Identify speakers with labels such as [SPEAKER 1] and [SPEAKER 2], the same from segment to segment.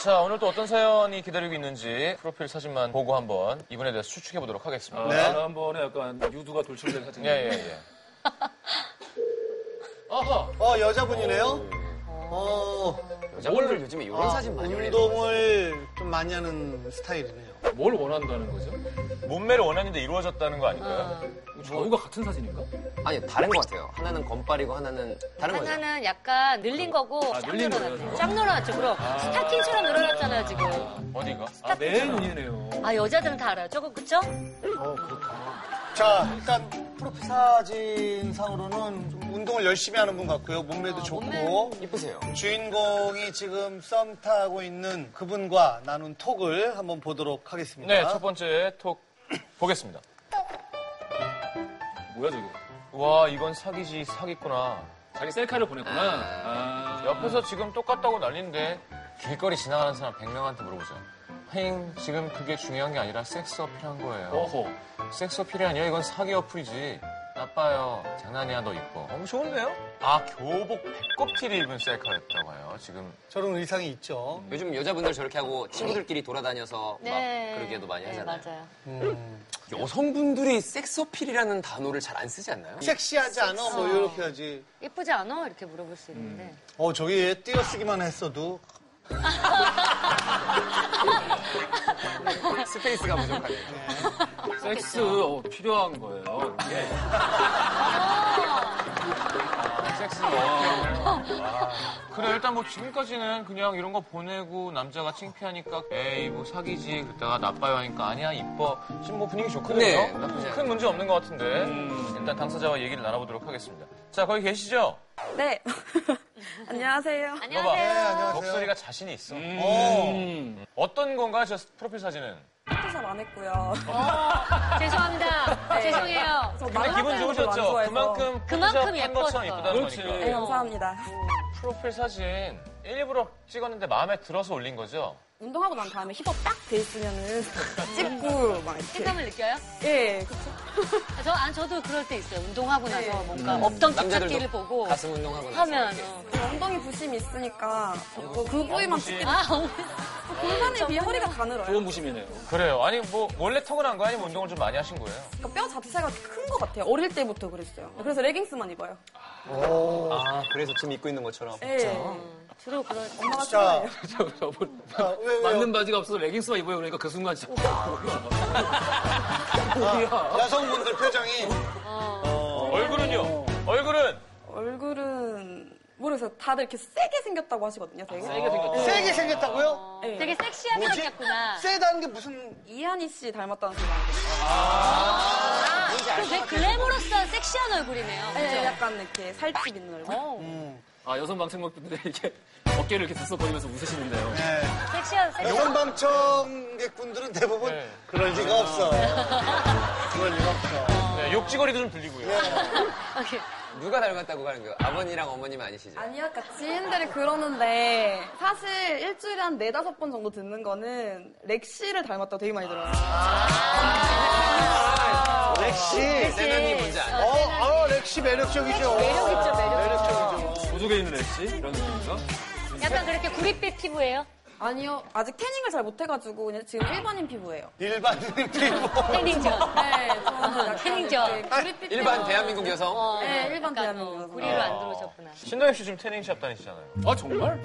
[SPEAKER 1] 자, 오늘 또 어떤 사연이 기다리고 있는지 프로필 사진만 보고 한번 이분에 대해서 추측해 보도록
[SPEAKER 2] 아,
[SPEAKER 1] 하겠습니다.
[SPEAKER 3] 네.
[SPEAKER 2] 나는 한 번에 약간 유두가 돌출된 사진.
[SPEAKER 1] 예, 예, 예. 어허!
[SPEAKER 3] 어, 여자분이네요? 어,
[SPEAKER 4] 여자분들 요즘에 이런
[SPEAKER 3] 아,
[SPEAKER 4] 사진 많이 올리는 거
[SPEAKER 3] 운동을 좀 많이 하는 스타일이네요.
[SPEAKER 2] 뭘 원한다는 거죠?
[SPEAKER 1] 몸매를 원하는데 이루어졌다는 거 아닐까요?
[SPEAKER 2] 저우가 같은 사진인가?
[SPEAKER 4] 아니 다른 것 같아요. 하나는 건빨이고 하나는 다른 거죠.
[SPEAKER 5] 하나는 약간 늘린 거고
[SPEAKER 2] 아,
[SPEAKER 5] 쫙
[SPEAKER 2] 늘린 거예요,
[SPEAKER 5] 늘어났어요.
[SPEAKER 2] 저거?
[SPEAKER 5] 쫙 늘어났죠. 그럼
[SPEAKER 4] 아.
[SPEAKER 5] 스타킹처럼 늘어났잖아요, 지금.
[SPEAKER 1] 어디가?
[SPEAKER 2] 아, 내 눈이네요.
[SPEAKER 5] 아, 여자들은 다 알아요. 저거 그쵸?
[SPEAKER 3] 자, 일단 프로필 사진상으로는 좀 운동을 열심히 하는 분 같고요.
[SPEAKER 4] 아,
[SPEAKER 3] 몸매도 좋고.
[SPEAKER 4] 이쁘세요.
[SPEAKER 3] 주인공이 지금 썸 타고 있는 그분과 나눈 톡을 한번 보도록 하겠습니다.
[SPEAKER 1] 네, 첫 번째 톡 보겠습니다.
[SPEAKER 2] 뭐야 저게?
[SPEAKER 1] 와, 이건 사기지, 사기구나.
[SPEAKER 2] 자기 셀카를 보냈구나. 아,
[SPEAKER 1] 옆에서 지금 똑같다고 난리인데 길거리 지나가는 사람 100명한테 물어보죠. 행, 지금 그게 중요한 게 아니라 섹스 어필한 거예요.
[SPEAKER 2] 어허.
[SPEAKER 1] 섹스 어필이 아니야. 이건 사기 어플이지. 나빠요. 장난이야. 너 이뻐. 너무 좋은데요? 아, 교복 배꼽티를 입은 셀카였다고 해요. 지금
[SPEAKER 3] 저런 의상이 있죠.
[SPEAKER 4] 요즘 여자분들 저렇게 하고 친구들끼리 돌아다녀서 막 그러기도 많이
[SPEAKER 5] 네,
[SPEAKER 4] 하잖아요.
[SPEAKER 5] 맞아요.
[SPEAKER 4] 여성분들이 섹스 어필이라는 단어를 잘 안 쓰지 않나요?
[SPEAKER 3] 섹시하지 않아? 뭐 이렇게 하지.
[SPEAKER 5] 예쁘지 않아? 이렇게 물어볼 수 있는데.
[SPEAKER 4] 음.
[SPEAKER 3] 어, 저기 띄어쓰기만 했어도
[SPEAKER 4] 스페이스가 부족하네요.
[SPEAKER 2] 섹스 어, 필요한 거예요. 이게.
[SPEAKER 1] 섹스 어필. 그래, 일단 뭐 지금까지는 그냥 이런 거 보내고 남자가 창피하니까 에이, 뭐 사기지. 그랬다가 나빠요 하니까 아니야, 이뻐. 지금 뭐 분위기 좋거든요.
[SPEAKER 4] 네, 나쁘지
[SPEAKER 1] 큰
[SPEAKER 4] 않아요.
[SPEAKER 1] 문제 없는 것 같은데.
[SPEAKER 2] 음.
[SPEAKER 1] 일단 당사자와 얘기를 나눠보도록 하겠습니다. 자, 거기 계시죠?
[SPEAKER 6] 네. 안녕하세요.
[SPEAKER 1] 네,
[SPEAKER 5] 안녕하세요.
[SPEAKER 1] 목소리가 자신이 있어.
[SPEAKER 2] 음.
[SPEAKER 1] 어떤 건가, 저 프로필 사진은?
[SPEAKER 6] 포토샵 안 했고요.
[SPEAKER 5] 죄송합니다.
[SPEAKER 4] 네.
[SPEAKER 5] 죄송해요.
[SPEAKER 6] 저
[SPEAKER 1] 근데 아, 기분
[SPEAKER 6] 말랐다는 걸안
[SPEAKER 1] 좋으셨죠?
[SPEAKER 6] 좋아해서.
[SPEAKER 1] 그만큼
[SPEAKER 5] 그만큼
[SPEAKER 1] 포토샵 한 것처럼
[SPEAKER 5] 예뻤어요.
[SPEAKER 1] 예쁘다는
[SPEAKER 2] 그렇지.
[SPEAKER 1] 거니까.
[SPEAKER 6] 네, 감사합니다.
[SPEAKER 1] 프로필 사진 일부러 찍었는데 마음에 들어서 올린 거죠?
[SPEAKER 6] 운동하고 난 다음에 힙업 딱 돼 있으면은 찍고 막 이렇게.
[SPEAKER 5] 책감을 느껴요?
[SPEAKER 6] 예, 그쵸.
[SPEAKER 5] 아, 저, 아, 저도 그럴 때 있어요. 운동하고 나서 뭔가 없던
[SPEAKER 4] 네.
[SPEAKER 5] 집착기를
[SPEAKER 4] 음. 남자들도
[SPEAKER 5] 보고
[SPEAKER 4] 가슴 운동하고 나서
[SPEAKER 5] 하면.
[SPEAKER 4] 이렇게.
[SPEAKER 5] 어.
[SPEAKER 6] 엉덩이 부심이 있으니까 그 부위만 찍게
[SPEAKER 5] 아,
[SPEAKER 6] 골반에 비해 허리가 가늘어요.
[SPEAKER 2] 좋은 부심이네요.
[SPEAKER 1] 그래요. 아니 뭐 원래 타고난 거 아니면 운동을 좀 많이 하신 거예요?
[SPEAKER 6] 그러니까 뼈 자체가 큰 것 같아요. 어릴 때부터 그랬어요. 그래서 레깅스만 입어요.
[SPEAKER 4] 아 그래서 지금 입고 있는 것처럼.
[SPEAKER 6] 예.
[SPEAKER 5] 주로 그런.
[SPEAKER 6] 엄마가
[SPEAKER 3] 자,
[SPEAKER 6] 좋아해요.
[SPEAKER 2] 저분
[SPEAKER 3] 자, 왜, 왜,
[SPEAKER 2] 뭐 맞는 바지가 없어서 레깅스만 입어요. 그러니까 그 순간 진짜. 뭐야.
[SPEAKER 3] 여성분들 표정이
[SPEAKER 2] 어.
[SPEAKER 1] 얼굴은요? 얼굴은
[SPEAKER 6] 얼굴은 모르겠어요. 다들 이렇게 세게 생겼다고 하시거든요, 되게.
[SPEAKER 2] 아, 세게 생겼다.
[SPEAKER 3] 세게 생겼다고요?
[SPEAKER 6] 예.
[SPEAKER 5] 되게 섹시하게
[SPEAKER 3] 뭐지?
[SPEAKER 5] 생겼구나.
[SPEAKER 3] 세다는 게 무슨
[SPEAKER 6] 이한희 씨 닮았다는 소리 많이 들어요.
[SPEAKER 5] 아, 그 되게 글래머러스한 섹시한 얼굴이네요.
[SPEAKER 6] 예,
[SPEAKER 5] 그죠?
[SPEAKER 6] 약간 이렇게 살집 있는 얼굴.
[SPEAKER 5] 어우,
[SPEAKER 2] 아 여성 방청객분들이 이렇게 어깨를 이렇게 들썩거리면서 웃으시는데요.
[SPEAKER 3] 네.
[SPEAKER 5] 섹시한, 섹시
[SPEAKER 3] 여성 방청객분들은 대부분
[SPEAKER 1] 네.
[SPEAKER 3] 그럴 리가 없어요. 그럴 리가 없어.
[SPEAKER 1] 네, 욕지거리도 좀 들리고요.
[SPEAKER 5] 예. 오케이.
[SPEAKER 4] 누가 닮았다고 하는 거예요? 아버님이랑 어머님 아니시죠?
[SPEAKER 6] 아니, 아까 그러니까 지인들이 그러는데, 사실 일주일에 한 네다섯 번 정도 듣는 거는, 렉시를 닮았다고 되게 많이 들어요.
[SPEAKER 3] 렉시.
[SPEAKER 4] 네, 세나님 뭔지
[SPEAKER 3] 어,
[SPEAKER 4] 아세요?
[SPEAKER 3] 아, 렉시 매력적이죠. 매력있죠, 매력적이죠.
[SPEAKER 2] 도둑에 있는 엑시 이런 느낌인가?
[SPEAKER 5] 약간 그렇게 구릿빛 피부예요?
[SPEAKER 6] 아니요, 아직 태닝을 잘 못해가지고, 그냥 지금 일반인 피부예요.
[SPEAKER 3] 일반인 피부.
[SPEAKER 5] 네, 태닝전.
[SPEAKER 6] 네, 저는
[SPEAKER 5] 태닝전.
[SPEAKER 6] 네, 구릿빛
[SPEAKER 4] 일반 대한민국 여성.
[SPEAKER 5] 어.
[SPEAKER 6] 네, 일반
[SPEAKER 5] 약간
[SPEAKER 6] 대한민국.
[SPEAKER 5] 어, 구리로 안 들어오셨구나.
[SPEAKER 1] 신동엽 씨 지금 태닝샵 다니시잖아요.
[SPEAKER 2] 아 정말?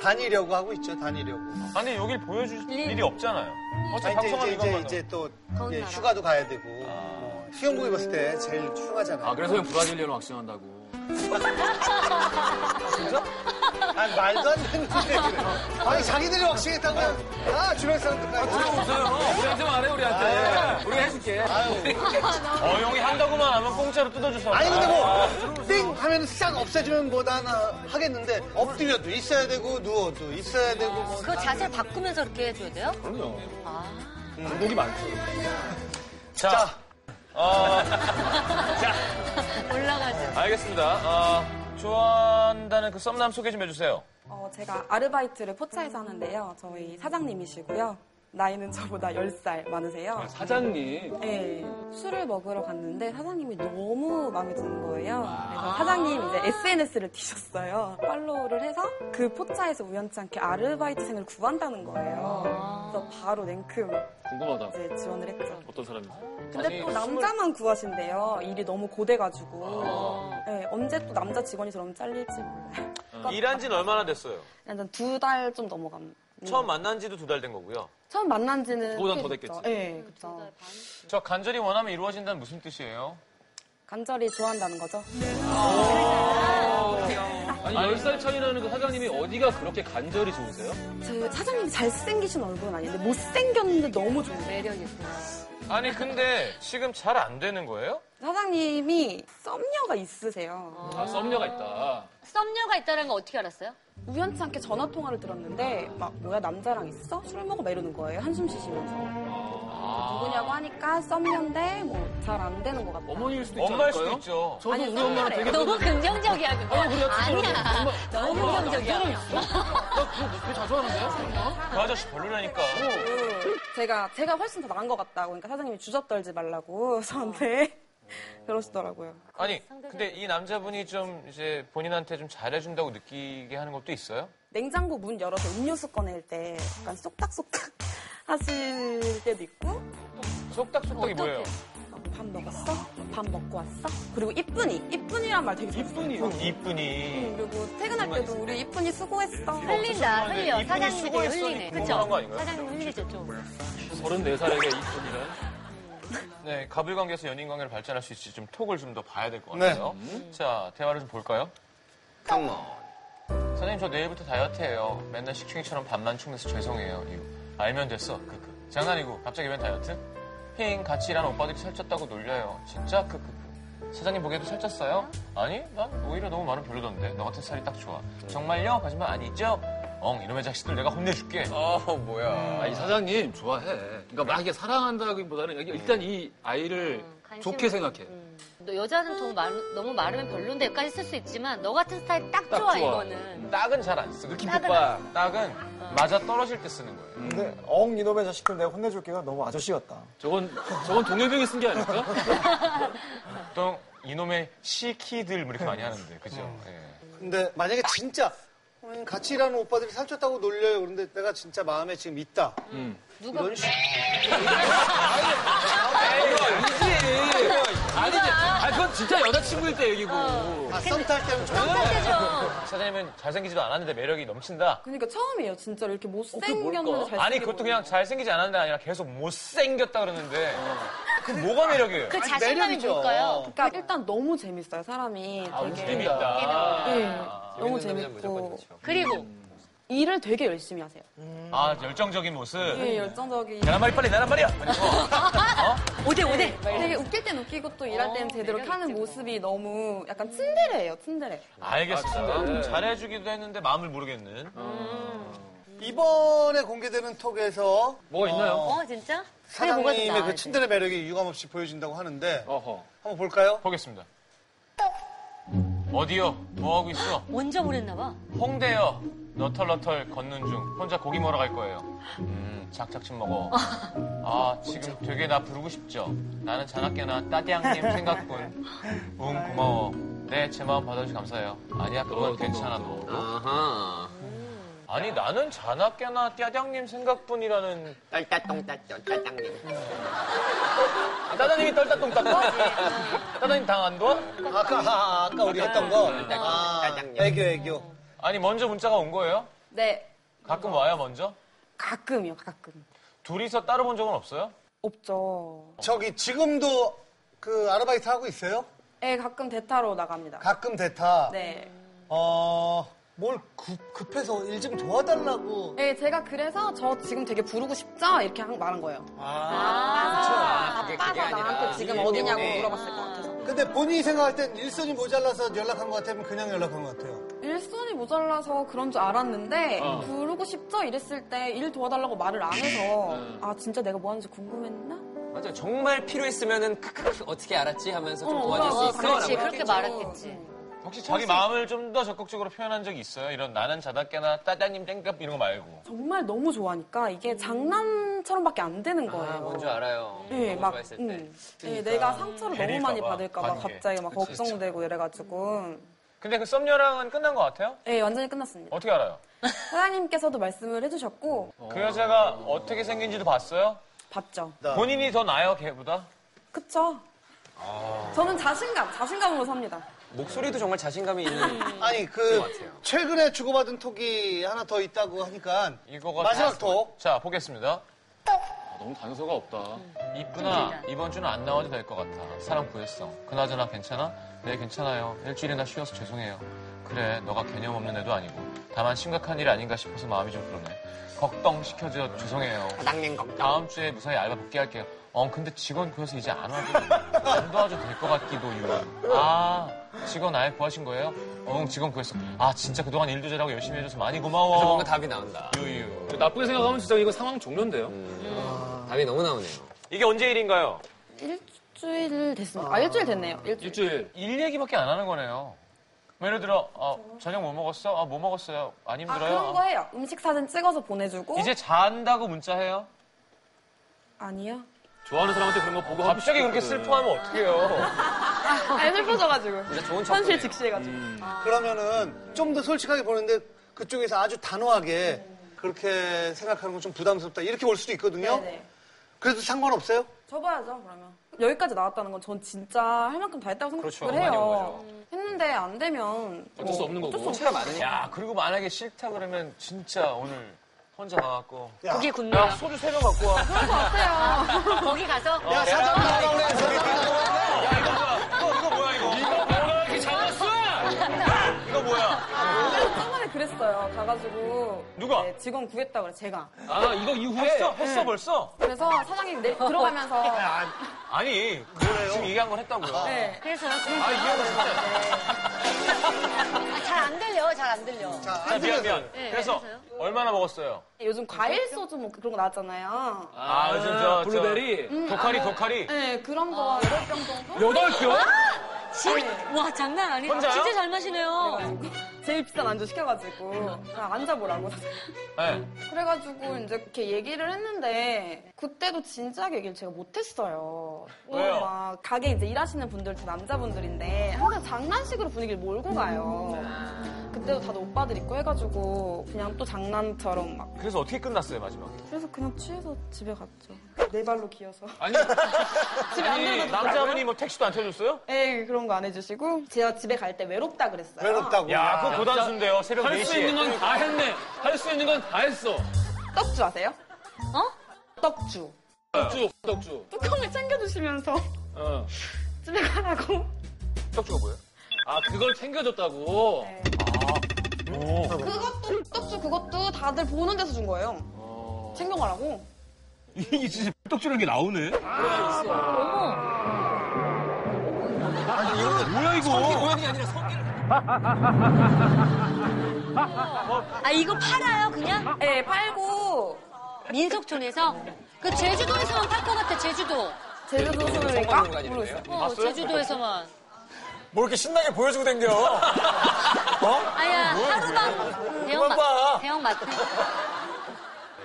[SPEAKER 3] 다니려고 하고 있죠, 다니려고.
[SPEAKER 1] 아니 여길 보여줄 일이 없잖아요.
[SPEAKER 3] 아,
[SPEAKER 1] 어차피
[SPEAKER 3] 이제, 이제,
[SPEAKER 1] 방송하는
[SPEAKER 3] 이제,
[SPEAKER 1] 이것만
[SPEAKER 3] 이제 또 이제
[SPEAKER 5] 나라.
[SPEAKER 3] 휴가도 가야 되고. 뭐 수영복 입었을 때 제일 흉하잖아요.
[SPEAKER 2] 아 그래서 형 브라질리언 왁싱한다고.
[SPEAKER 3] 아니, 말도 안 되는 소리예요. 아니, 자기들이 왁싱했다고. 아, 주변 사람들까지.
[SPEAKER 2] 웃어요. 우리한테 말해 우리한테. 우리 해줄게.
[SPEAKER 1] 어 형이 한다고만 하면 공짜로 뜯어줘서.
[SPEAKER 3] 아니, 근데 뭐, 띵! 하면 싹 없애주면 보다는 하겠는데, 엎드려도 있어야 되고, 누워도 있어야 되고. 뭐.
[SPEAKER 5] 그거 자세 바꾸면서 이렇게 해줘야 돼요?
[SPEAKER 2] 그럼요. 아.
[SPEAKER 1] 자,
[SPEAKER 3] 자,
[SPEAKER 5] 올라가지.
[SPEAKER 1] 알겠습니다. 아, 좋아한다는 그 썸남 소개 좀 해주세요.
[SPEAKER 6] 어, 제가 아르바이트를 포차에서 하는데요. 저희 사장님이시고요. 나이는 저보다 10살 많으세요.
[SPEAKER 2] 사장님.
[SPEAKER 6] 네, 술을 먹으러 갔는데 사장님이 너무 마음에 드는 거예요. 그래서 사장님 이제 SNS를 뒤졌어요. 팔로우를 해서 그 포차에서 우연치 않게 아르바이트생을 구한다는 거예요. 그래서 바로 냉큼
[SPEAKER 2] 아. 궁금하다.
[SPEAKER 6] 이제 지원을 했죠.
[SPEAKER 2] 어떤 사람이세요?
[SPEAKER 6] 근데 또 남자만 구하신대요. 일이 너무 고돼가지고.
[SPEAKER 2] 아.
[SPEAKER 6] 네, 언제 또 남자 직원이 저럼 잘릴지 몰라요.
[SPEAKER 1] 일한 지는 얼마나 됐어요?
[SPEAKER 6] 일단 두 달 좀 넘어갑니다.
[SPEAKER 1] 처음 만난 지도 두 달 된 거고요.
[SPEAKER 6] 처음 만난 지는.
[SPEAKER 2] 그거보단
[SPEAKER 6] 꽤
[SPEAKER 2] 더
[SPEAKER 6] 됐죠.
[SPEAKER 2] 됐겠지.
[SPEAKER 6] 네, 그쵸.
[SPEAKER 1] 저 간절히 원하면 이루어진다는 무슨 뜻이에요?
[SPEAKER 6] 간절히 좋아한다는 거죠.
[SPEAKER 2] 아니, 열 살 차이라는 그 사장님이 어디가 그렇게 간절히 좋으세요?
[SPEAKER 6] 저그 사장님이 잘생기신 얼굴은 아닌데 못생겼는데 너무 좋은데.
[SPEAKER 5] 매력이 있구나.
[SPEAKER 1] 아니 근데 지금 잘 안 되는 거예요?
[SPEAKER 6] 사장님이 썸녀가 있으세요.
[SPEAKER 2] 아, 썸녀가 있다.
[SPEAKER 5] 썸녀가 있다는 거 어떻게 알았어요?
[SPEAKER 6] 우연치 않게 전화 통화를 들었는데 막 뭐야 남자랑 있어? 술 먹어? 막 이러는 거예요. 한숨 쉬시면서. 누구냐고 하니까 썸녀인데 뭐 잘 안 되는 것 같다.
[SPEAKER 2] 어머니일 수도 있지
[SPEAKER 1] 엄마일
[SPEAKER 2] 않을까요?
[SPEAKER 1] 수도 있죠.
[SPEAKER 2] 저도
[SPEAKER 6] 아니,
[SPEAKER 2] 우리 엄마랑 되게
[SPEAKER 5] 네, 너무 긍정적이야 그거.
[SPEAKER 2] 우리 어떻게
[SPEAKER 5] 아니야.
[SPEAKER 2] 엄마-
[SPEAKER 5] 너무 긍정적이야.
[SPEAKER 2] 나 그거 되게 자주 하는데요?
[SPEAKER 1] 그 아저씨 별로라니까.
[SPEAKER 6] 제가 제가 훨씬 더 나은 것 같다고. 그러니까 사장님이 주접 떨지 말라고 저한테 그러시더라고요.
[SPEAKER 1] 아니 근데 이 남자분이 좀 이제 본인한테 좀 잘해준다고 느끼게 하는 것도 있어요?
[SPEAKER 6] 냉장고 문 열어서 음료수 꺼낼 때 약간 쏙닥쏙닥 하실 때도 있고
[SPEAKER 1] 속닥속닥이 뭐예요?
[SPEAKER 6] 밥 먹었어? 밥 먹고 왔어? 그리고 이쁜이 이쁜이란 말 되게 이쁜이
[SPEAKER 1] 이쁜이.
[SPEAKER 6] 그리고 퇴근할 때도 우리 이쁜이 수고했어.
[SPEAKER 5] 흘린다,
[SPEAKER 1] 근데
[SPEAKER 5] 흘려.
[SPEAKER 1] 이분이
[SPEAKER 5] 사장님이
[SPEAKER 1] 수고했으니
[SPEAKER 5] 흘리네.
[SPEAKER 1] 궁금한 거
[SPEAKER 5] 그쵸?
[SPEAKER 1] 아닌가요?
[SPEAKER 5] 사장님 흘리겠죠, 좀.
[SPEAKER 2] 34살에게 이쁜이란
[SPEAKER 1] 네 가불 관계에서 연인 관계를 발전할 수 있을지 좀 톡을 좀 더 봐야 될 것 같아요.
[SPEAKER 4] 네. 음.
[SPEAKER 1] 자 대화를 좀 볼까요?
[SPEAKER 4] 깜만.
[SPEAKER 1] 선생님 저 내일부터 다이어트해요. 맨날 식충이처럼 밥만 충내서 죄송해요. 이거 알면 됐어. 크크. 장난이고 갑자기 웬 다이어트? 힝 같이 일하는 오빠들이 살쪘다고 놀려요. 진짜 크크크. 사장님 보기에도 살쪘어요? 아니 난 오히려 너무 많은 별로던데. 너 같은 살이 딱 좋아. 정말요? 거짓말 아니죠? 엉 이놈의 자식들 내가 혼내줄게.
[SPEAKER 4] 아, 뭐야.
[SPEAKER 2] 아이 사장님 좋아해 그러니까 막 이게 사랑한다기보다는 일단 이 아이를
[SPEAKER 5] 음, 관심을-
[SPEAKER 2] 좋게 생각해
[SPEAKER 5] 음. 너 여자는 너무, 마르, 너무 마르면 별론데까지 쓸 수 있지만 너 같은 스타일 딱,
[SPEAKER 2] 딱
[SPEAKER 5] 좋아,
[SPEAKER 2] 좋아.
[SPEAKER 5] 이거는.
[SPEAKER 1] 딱은 잘 안 쓰고
[SPEAKER 2] 느낌
[SPEAKER 5] 딱은
[SPEAKER 2] 폭발
[SPEAKER 1] 딱은 맞아 떨어질 때 쓰는 거예요.
[SPEAKER 7] 근데 엉 이놈의 자식들 내가 혼내줄게가 너무 아저씨 같다.
[SPEAKER 2] 저건 저건 동료병이 쓴 게 아닐까?
[SPEAKER 1] 보통 이놈의 시키들 뭐 이렇게 많이 하는데 그죠? 예.
[SPEAKER 3] 근데 만약에 진짜 음, 같이 일하는 오빠들이 살쪘다고 놀려요. 그런데 내가 진짜 마음에 지금 있다.
[SPEAKER 5] 누가
[SPEAKER 3] 이런 식.
[SPEAKER 2] 아니지 아니지 아 그건 진짜 여자친구일 때 얘기고
[SPEAKER 3] 아, 썸탈 때는 좀.
[SPEAKER 5] 똑같죠.
[SPEAKER 1] 사장님은 잘생기지도 않았는데 매력이 넘친다.
[SPEAKER 6] 그러니까 처음이에요. 진짜로 이렇게
[SPEAKER 2] 뭘까?
[SPEAKER 6] 못생겼는데 잘생겼
[SPEAKER 1] 아니 그것도 그냥 잘생기지 않았는데 아니라 계속 못생겼다 그러는데
[SPEAKER 6] 음.
[SPEAKER 1] 그 뭐가 매력이에요?
[SPEAKER 5] 그 자신감이
[SPEAKER 3] 매력이죠.
[SPEAKER 5] 뭘까요?
[SPEAKER 6] 그러니까 일단 너무 재밌어요. 사람이 되게
[SPEAKER 1] 재밌다.
[SPEAKER 6] 네, 너무
[SPEAKER 4] 재밌는 남자는 무조건
[SPEAKER 6] 재밌고
[SPEAKER 4] 좋죠.
[SPEAKER 5] 그리고
[SPEAKER 6] 일을 되게 열심히 하세요.
[SPEAKER 1] 아 열정적인 모습.
[SPEAKER 6] 되게 열정적인.
[SPEAKER 1] 내란 말이 빨리 내란 말이야.
[SPEAKER 5] 오대 오대.
[SPEAKER 6] 되게 웃길 땐 웃기고 또 일할 땐
[SPEAKER 5] 어,
[SPEAKER 6] 제대로
[SPEAKER 5] 매력
[SPEAKER 6] 하는
[SPEAKER 5] 있지, 뭐.
[SPEAKER 6] 모습이 너무 약간 츤데레예요, 츤데레.
[SPEAKER 1] 알겠습니다. 잘해주기도 했는데 마음을 모르겠는.
[SPEAKER 3] 이번에 공개되는 톡에서
[SPEAKER 2] 뭐가 있나요?
[SPEAKER 5] 어, 진짜? 그게 뭐가
[SPEAKER 3] 사장님의
[SPEAKER 5] 진짜
[SPEAKER 3] 그 친절의 매력이 유감없이 보여진다고 하는데
[SPEAKER 2] 어허
[SPEAKER 3] 한번 볼까요?
[SPEAKER 1] 보겠습니다. 어디요? 뭐 하고 있어?
[SPEAKER 5] 먼저 보냈나봐.
[SPEAKER 1] 홍대요. 너털너털 걷는 중. 혼자 고기 먹으러 갈 거예요. 음, 작작 좀 먹어. 아, 지금 되게 나 부르고 싶죠? 나는 자나깨나 따디양님 생각뿐. 응, 고마워. 네, 제 마음 받아주셔서 감사해요. 아니야, 그건 괜찮아, 너.
[SPEAKER 4] 아하.
[SPEAKER 1] 아니, 나는 자나깨나 따디양님 생각뿐이라는.
[SPEAKER 4] 떨따똥따똥 따땅님.
[SPEAKER 1] 아, 따다님이 떨따똥따똥. 따다님 당 안 도와?
[SPEAKER 3] 아까 아, 아까 우리 했던 거.
[SPEAKER 2] 네.
[SPEAKER 3] 아, 애교 애교.
[SPEAKER 1] 아니, 먼저 문자가 온 거예요?
[SPEAKER 6] 네,
[SPEAKER 1] 가끔 와요, 먼저?
[SPEAKER 6] 가끔이요, 가끔.
[SPEAKER 1] 둘이서 따로 본 적은 없어요?
[SPEAKER 6] 없죠.
[SPEAKER 3] 저기 지금도 그 아르바이트 하고 있어요?
[SPEAKER 6] 예, 가끔 대타로 나갑니다.
[SPEAKER 3] 가끔 대타.
[SPEAKER 6] 네.
[SPEAKER 3] 어, 뭘 급, 급해서 일 좀 도와달라고.
[SPEAKER 6] 예, 제가 그래서 저 지금 되게 부르고 싶죠? 이렇게 한- 말한 거예요.
[SPEAKER 4] 아, 그게
[SPEAKER 6] 빠서
[SPEAKER 4] 그게 아니라
[SPEAKER 6] 아,
[SPEAKER 4] 예,
[SPEAKER 6] 나한테 지금
[SPEAKER 4] 일
[SPEAKER 6] 어디냐고
[SPEAKER 4] 때문에.
[SPEAKER 6] 물어봤을 것 같아서.
[SPEAKER 3] 근데 본인이 생각할 땐 일손이 모자라서 연락한 것 같으면 그냥 연락한 것 같아요.
[SPEAKER 6] 일손이 모자라서 그런 줄 알았는데,
[SPEAKER 2] 어.
[SPEAKER 6] 부르고 싶죠? 이랬을 때 일 도와달라고 말을 안 해서, 아, 진짜 내가 뭐 하는지 궁금했나?
[SPEAKER 4] 맞아. 정말 필요했으면은 크크크 어떻게 알았지 하면서 좀 도와줄 수
[SPEAKER 5] 어,
[SPEAKER 4] 있어.
[SPEAKER 5] 그렇지.
[SPEAKER 4] 라고.
[SPEAKER 5] 그렇게 말했겠지.
[SPEAKER 1] 혹시 자기 마음을 좀 더 적극적으로 표현한 적이 있어요? 이런 나는 자다깨나 따다님 땡값 이런 거 말고.
[SPEAKER 6] 정말 너무 좋아하니까 이게 장난 상처럼밖에 안 되는 거예요.
[SPEAKER 4] 아, 뭔 줄 알아요.
[SPEAKER 6] 네,
[SPEAKER 4] 너무
[SPEAKER 6] 막,
[SPEAKER 4] 좋아했을 때.
[SPEAKER 6] 음. 네, 내가 상처를 너무 많이
[SPEAKER 1] 배릴까봐,
[SPEAKER 6] 받을까봐
[SPEAKER 1] 관계.
[SPEAKER 6] 갑자기 막 걱정되고 이래가지고.
[SPEAKER 1] 근데 그 썸녀랑은 끝난 것 같아요?
[SPEAKER 6] 네, 완전히 끝났습니다.
[SPEAKER 1] 어떻게 알아요?
[SPEAKER 6] 사장님께서도 말씀을 해주셨고,
[SPEAKER 3] 어.
[SPEAKER 1] 그 여자가 어떻게 생긴지도 봤어요?
[SPEAKER 6] 봤죠.
[SPEAKER 1] 본인이 더 나아요, 걔보다?
[SPEAKER 6] 그쵸? 저는 자신감, 자신감으로 삽니다.
[SPEAKER 4] 목소리도 정말 자신감이 있는.
[SPEAKER 3] 아니 그 최근에 주고받은 톡이 하나 더 있다고 하니까
[SPEAKER 1] 이거가
[SPEAKER 3] 마지막
[SPEAKER 1] 다-
[SPEAKER 3] 톡.
[SPEAKER 1] 자, 보겠습니다.
[SPEAKER 2] 아, 너무 단서가 없다.
[SPEAKER 1] 이쁘나 이번 주는 안 나와도 될 것 같아. 사람 구했어. 그나저나 괜찮아? 네 괜찮아요. 일주일이나 쉬어서 죄송해요. 그래 너가 개념 없는 애도 아니고 다만 심각한 일 아닌가 싶어서 마음이 좀 그러네. 걱정 시켜줘 죄송해요.
[SPEAKER 4] 아,
[SPEAKER 1] 다음 주에 무사히 알바 복귀할게요. 어 근데 직원 구해서 이제 안 와도 안 도와줘도 될 것 같기도 해요. 아 직원 아예 구하신 거예요? 응 직원 구했어. 아 진짜 그동안 일도 잘하고 열심히 해줘서 많이 고마워.
[SPEAKER 4] 뭔가 답이 나온다.
[SPEAKER 1] 유유.
[SPEAKER 2] 나쁘게 생각하면 진짜 이거 상황 종료인데요.
[SPEAKER 1] 음.
[SPEAKER 4] 답이 너무 나오네요.
[SPEAKER 1] 이게 언제 일인가요?
[SPEAKER 6] 일주일 됐습니다. 아, 일주일 됐네요. 일주일.
[SPEAKER 2] 일주일.
[SPEAKER 1] 일 얘기밖에 안 하는 거네요. 뭐 예를 들어 아, 저녁 뭐 먹었어? 아, 뭐 먹었어요? 안
[SPEAKER 6] 아,
[SPEAKER 1] 힘들어요?
[SPEAKER 6] 그런 거 해요. 음식 사진 찍어서 보내주고.
[SPEAKER 1] 이제 잔다고 문자해요?
[SPEAKER 6] 아니요.
[SPEAKER 2] 좋아하는 사람한테 그런 거 보고 하고
[SPEAKER 1] 갑자기 그렇게
[SPEAKER 2] 싶거든.
[SPEAKER 1] 슬퍼하면 어떡해요?
[SPEAKER 6] 아, 슬퍼져가지고.
[SPEAKER 4] 진짜 좋은 척.
[SPEAKER 6] 현실 직시해가지고.
[SPEAKER 3] 그러면은 좀 더 솔직하게 보는데 그쪽에서 아주 단호하게 그렇게 생각하는 건 좀 부담스럽다 이렇게 올 수도 있거든요.
[SPEAKER 6] 네네.
[SPEAKER 3] 그래도 상관없어요?
[SPEAKER 6] 접어야죠, 그러면. 여기까지 나왔다는 건 전 진짜 할 만큼 다 했다고 생각을
[SPEAKER 4] 그렇죠. 많이
[SPEAKER 6] 해요.
[SPEAKER 4] 온
[SPEAKER 6] 했는데 안 되면.
[SPEAKER 2] 어쩔 수 없는 거고.
[SPEAKER 4] 차가 많으니까.
[SPEAKER 1] 야, 그리고 만약에 싫다 그러면 진짜 오늘 혼자 나갔고.
[SPEAKER 5] 고기 굽는
[SPEAKER 1] 야, 소주 세 병 갖고 와.
[SPEAKER 6] 그럴 것 같아요.
[SPEAKER 5] 거기 가서 아,
[SPEAKER 3] 야 사장 나가 그래. 사장 나가
[SPEAKER 1] 아,
[SPEAKER 3] 그래.
[SPEAKER 1] 뭐 아, 이거 뭐야?
[SPEAKER 6] 저번에 그랬어요. 가가지고
[SPEAKER 1] 누가?
[SPEAKER 6] 네, 직원 구했다 그래 제가.
[SPEAKER 2] 아, 이거 이후에.
[SPEAKER 1] 했어? 했어 벌써?
[SPEAKER 6] 그래서 사장님 내, 들어가면서
[SPEAKER 1] 아니, 지금 얘기한 걸 했다고요.
[SPEAKER 6] 네.
[SPEAKER 5] 그래서 잘 안 들려 잘 안 들려
[SPEAKER 3] 자,
[SPEAKER 1] 자, 미안,
[SPEAKER 3] 안 들려서.
[SPEAKER 1] 미안. 그래서 얼마나 먹었어요?
[SPEAKER 6] 요즘 과일 소주 뭐 그런 거 나왔잖아요.
[SPEAKER 1] 아, 요즘 저- 저-
[SPEAKER 2] 블루베리.
[SPEAKER 1] 도카리, 아, 도카리.
[SPEAKER 6] 네 그런 거 여덟 병 정도.
[SPEAKER 2] 여덟 병?
[SPEAKER 5] 와 장난 아니에요
[SPEAKER 1] 혼자요?
[SPEAKER 5] 진짜 잘 마시네요
[SPEAKER 6] 그래가지고 제일 비싼 안주 시켜가지고 그냥 앉아보라고.
[SPEAKER 1] 네.
[SPEAKER 6] 그래가지고 이제 이렇게 얘기를 했는데 그때도 진지하게 얘기를 제가 못했어요.
[SPEAKER 1] 왜요?
[SPEAKER 6] 막 가게 이제 일하시는 분들 다 남자분들인데 항상 장난식으로 분위기를 몰고 가요. 그때도 다들 오빠들 있고 해가지고 그냥 또 장난처럼 막
[SPEAKER 1] 그래서 어떻게 끝났어요, 마지막에?
[SPEAKER 6] 그래서 그냥 취해서 집에 갔죠. 네 발로 기어서.
[SPEAKER 2] 아니.
[SPEAKER 6] 집에 안 들어가도
[SPEAKER 1] 남자분이 뭐 택시도 안 태워줬어요?
[SPEAKER 6] 에이 예, 그런 거 안 해주시고 제가 집에 갈 때 외롭다 그랬어요.
[SPEAKER 2] 아,
[SPEAKER 3] 외롭다고.
[SPEAKER 1] 야, 그거 고단수인데요, 새벽
[SPEAKER 2] 할 수 있는
[SPEAKER 1] 4시에.
[SPEAKER 2] 건 다 했네. 할 수 있는 건 다 했어.
[SPEAKER 6] 떡주 아세요? 어? 떡주.
[SPEAKER 2] 떡주, 떡주.
[SPEAKER 6] 뚜껑을 챙겨주시면서
[SPEAKER 2] 어.
[SPEAKER 6] 집에 가라고.
[SPEAKER 1] 떡주가 뭐예요?
[SPEAKER 2] 아, 그걸 챙겨줬다고?
[SPEAKER 6] 네. 그것도 떡주 그것도 다들 보는 데서 준 거예요. 어. 챙겨가라고.
[SPEAKER 8] 이게 진짜 떡지라는 게 나오네. 뭐야 이거?
[SPEAKER 5] 아 이거 팔아요 그냥
[SPEAKER 6] 네 팔고
[SPEAKER 5] 민속촌에서 그 제주도에서만 팔 것 같아 제주도
[SPEAKER 6] 제주도 소리니까 모르겠어요.
[SPEAKER 5] 어 제주도에서만
[SPEAKER 7] 뭐 이렇게 신나게 보여주고 댕겨.
[SPEAKER 5] 아야 하루방 대형
[SPEAKER 7] 봐.
[SPEAKER 5] 마 대형 마트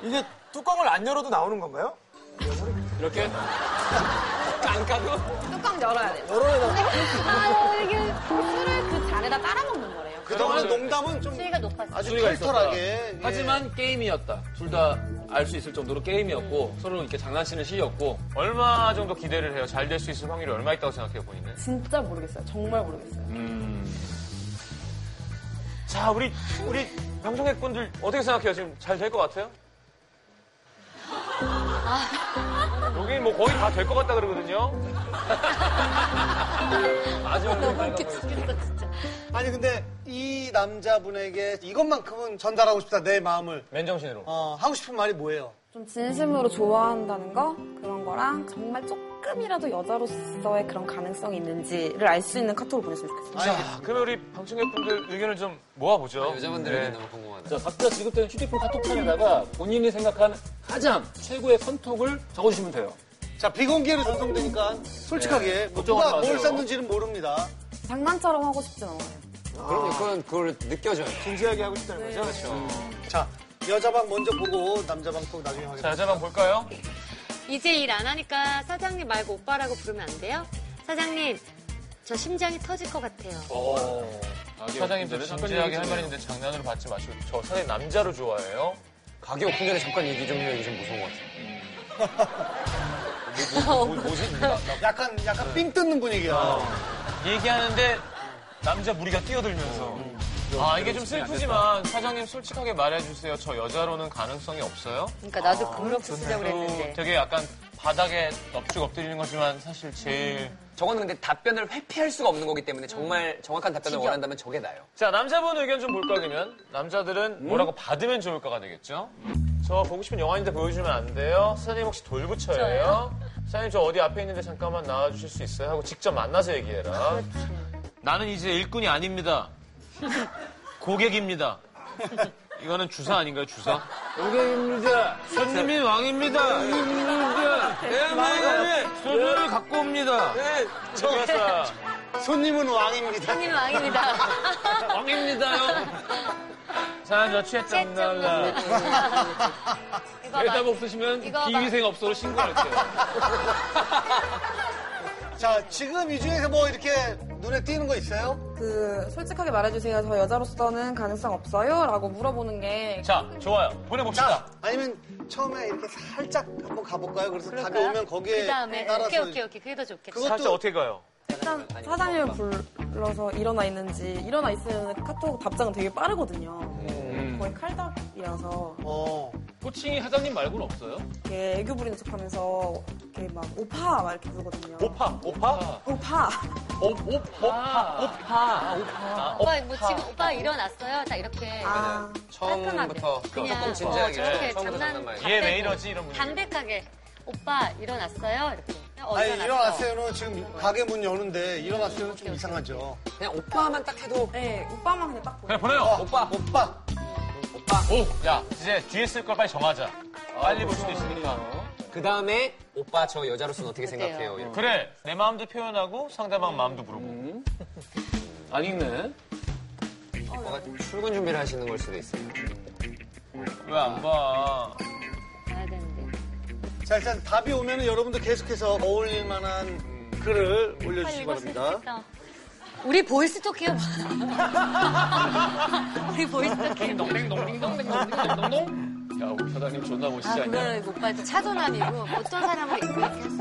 [SPEAKER 7] 이게 뚜껑을 안 열어도 나오는 건가요?
[SPEAKER 2] 이렇게?
[SPEAKER 6] 뚜껑 열어야 돼.
[SPEAKER 5] 아유 이게
[SPEAKER 6] 술을 그 잔에다 따라 먹는 거래요.
[SPEAKER 3] 그동안 농담은 좀
[SPEAKER 5] 수위가 높았어
[SPEAKER 3] 아주
[SPEAKER 2] 수위가 있었다.
[SPEAKER 3] 털털하게. 예.
[SPEAKER 2] 하지만 게임이었다. 둘 다 알 수 있을 정도로 게임이었고, 서로 이렇게 장난치는 시였고,
[SPEAKER 1] 얼마 정도 기대를 해요? 잘 될 수 있을 확률이 얼마 있다고 생각해요, 본인은?
[SPEAKER 6] 진짜 모르겠어요. 정말 모르겠어요.
[SPEAKER 1] 자, 우리, 우리 방송객분들 어떻게 생각해요? 지금 잘 될 것 같아요? 여기 뭐 거의 다 될 것 같다 그러거든요?
[SPEAKER 5] 너무 웃겨 죽겠어 진짜
[SPEAKER 3] 아니 근데 이 남자분에게 이것만큼은 전달하고 싶다 내 마음을
[SPEAKER 1] 맨정신으로.
[SPEAKER 3] 어, 하고 싶은 말이 뭐예요?
[SPEAKER 6] 좀 진심으로 좋아한다는 거 그런 거랑 정말 조금이라도 여자로서의 그런 가능성이 있는지를 알 수 있는 카톡을 보냈으면 좋겠어요.
[SPEAKER 1] 자, 그러면 우리 방청객분들 의견을 좀 모아보죠.
[SPEAKER 4] 여자분들에게
[SPEAKER 1] 네.
[SPEAKER 4] 너무 궁금하다.
[SPEAKER 2] 자, 각자 지급되는 휴대폰 카톡창에다가 본인이 생각하는 가장 최고의 선톡을 적어주시면 돼요.
[SPEAKER 3] 자 비공개로 전송되니까 솔직하게 뭐
[SPEAKER 2] 걱정하지
[SPEAKER 3] 누가 뭘
[SPEAKER 2] 마세요.
[SPEAKER 3] 쌌는지는 모릅니다.
[SPEAKER 6] 장난처럼 하고 싶진 않아요.
[SPEAKER 4] 그럼 이건 그걸 느껴져요.
[SPEAKER 2] 네. 그렇죠.
[SPEAKER 7] 진지하게 하고 싶다는 거죠?
[SPEAKER 3] 자 여자방 먼저 보고 남자방 꼭 나중에 확인.
[SPEAKER 1] 자, 여자방 볼까요?
[SPEAKER 4] 아,
[SPEAKER 5] 이제 일 안 하니까 사장님 말고 오빠라고 부르면 안 돼요? 사장님, 저 심장이 터질 것 같아요.
[SPEAKER 1] 어. 사장님, 저 진지하게 할 말인데 장난으로 받지 마시고 저 사장님 남자로 좋아해요.
[SPEAKER 4] 가게 오픈 전에 잠깐 얘기 좀 해요. 이게 좀 무서운 것 같아요.
[SPEAKER 3] 약간
[SPEAKER 2] 네.
[SPEAKER 3] 약간 삥 뜯는 분위기야.
[SPEAKER 2] 어.
[SPEAKER 1] 얘기하는데 남자 무리가 뛰어들면서
[SPEAKER 4] 음.
[SPEAKER 1] 아 이게 좀 슬프지만 사장님 솔직하게 말해주세요. 저 여자로는 가능성이 없어요.
[SPEAKER 5] 그러니까 나도
[SPEAKER 1] 아,
[SPEAKER 5] 그렇게 쓰자고
[SPEAKER 1] 또 어, 되게 약간 바닥에 넙죽 엎드리는 거지만 사실 제일
[SPEAKER 4] 저거는 근데 답변을 회피할 수가 없는 거기 때문에 정말 정확한 답변을 원한다면 저게 나요.
[SPEAKER 1] 자 남자분 의견 좀 볼까 그러면
[SPEAKER 2] 음?
[SPEAKER 1] 남자들은 뭐라고 받으면 좋을까가 되겠죠. 저 보고 싶은 영화인데 보여주면 안 돼요. 사장님 혹시 돌부처예요? 사장님 저 어디 앞에 있는데 잠깐만 나와주실 수 있어요? 하고 직접 만나서 얘기해라. 나는 이제 일꾼이 아닙니다. 고객입니다. 이거는 주사 아닌가요 주사?
[SPEAKER 2] 고객입니다. 네.
[SPEAKER 1] 손님이 왕입니다. 네, 내 마음에 소주를 갖고 옵니다.
[SPEAKER 2] 네.
[SPEAKER 1] 네. 저사
[SPEAKER 3] 손님은 왕입니다.
[SPEAKER 5] 손님 왕입니다.
[SPEAKER 1] 왕입니다요. 사연 저 취했점 나올라.
[SPEAKER 5] 이거
[SPEAKER 1] 대답
[SPEAKER 5] 봐.
[SPEAKER 1] 뭐 없으시면
[SPEAKER 5] 이거 봐.
[SPEAKER 1] 비위생 업소로 신고할게요.
[SPEAKER 3] 자 지금 이 중에서 뭐 이렇게 눈에 띄는 거 있어요?
[SPEAKER 6] 그 솔직하게 말해주세요. 저 여자로서는 가능성 없어요?라고 물어보는 게
[SPEAKER 1] 자, 좋아요. 보내봅시다.
[SPEAKER 3] 아니면 처음에 이렇게 살짝 한번 가볼까요? 그래서 답이
[SPEAKER 5] 그럴까요?
[SPEAKER 3] 오면 거기에
[SPEAKER 5] 그 다음에
[SPEAKER 3] 따라서
[SPEAKER 5] 오케이 오케이 오케이 그게 더 좋겠다.
[SPEAKER 3] 그것도
[SPEAKER 1] 살짝 어떻게 가요?
[SPEAKER 6] 일단 사장님을 뭐 불러서 일어나 있는지 일어나 있으면 카톡 답장은 되게 빠르거든요. 거의 칼답이라서
[SPEAKER 3] 어,
[SPEAKER 1] 호칭이 사장님 말고는 없어요?
[SPEAKER 6] 이렇게 애교 부리는 척하면서 이렇게 막 오파 막 이렇게 부르거든요.
[SPEAKER 1] 오파, 오파?
[SPEAKER 6] 오파.
[SPEAKER 1] 오, 오, 오파, 오파, 오파.
[SPEAKER 5] 오빠 뭐
[SPEAKER 1] 아.
[SPEAKER 5] 지금 오빠 일어났어요? 다 이렇게
[SPEAKER 6] 아,
[SPEAKER 4] 처음부터
[SPEAKER 5] 그냥
[SPEAKER 4] 조금 진지하게.
[SPEAKER 5] 어, 저렇게
[SPEAKER 4] 처음부터
[SPEAKER 5] 장난
[SPEAKER 4] 장난만.
[SPEAKER 5] 다
[SPEAKER 1] 얘
[SPEAKER 5] 빼고
[SPEAKER 1] 왜 이러지? 이런 분위기.
[SPEAKER 5] 담백하게 오빠 일어났어요? 이렇게. 어,
[SPEAKER 3] 아니
[SPEAKER 5] 일어났어.
[SPEAKER 3] 일어났어요는 지금 가게 문 여는데 일어났어요는 좀 이상하죠.
[SPEAKER 4] 그냥 오빠만 딱 해도
[SPEAKER 6] 네, 오빠만 그냥 딱 보여.
[SPEAKER 1] 그냥 보내요.
[SPEAKER 9] 어.
[SPEAKER 4] 오빠
[SPEAKER 3] 오빠,
[SPEAKER 1] 오, 야, 이제 뒤에 쓸 걸 빨리 정하자. 빨리 볼 수도 있으니까.
[SPEAKER 4] 그 다음에 오빠 저 여자로서는 어떻게 생각해요? 이렇게.
[SPEAKER 1] 그래, 내 마음도 표현하고 상대방 마음도 물어보고.
[SPEAKER 2] 안 읽네.
[SPEAKER 4] 오빠가 출근 준비를 하시는 걸 수도 있어요.
[SPEAKER 1] 왜 안 봐?
[SPEAKER 5] 가야 되는데.
[SPEAKER 3] 자 일단 답이 오면은 여러분도 계속해서 어울릴 만한 글을
[SPEAKER 5] 빨리
[SPEAKER 3] 올려주시기
[SPEAKER 5] 읽었으면
[SPEAKER 3] 바랍니다.
[SPEAKER 5] 좋겠다. 우리 보이스톡해요. 우리 보이스톡해.
[SPEAKER 2] 야, 우리 사장님 존나
[SPEAKER 5] 아,
[SPEAKER 2] 멋있지 않냐?
[SPEAKER 5] 그걸 못 봐야지. 차도남이고 어떤 사람을 이렇게 할 수 있지.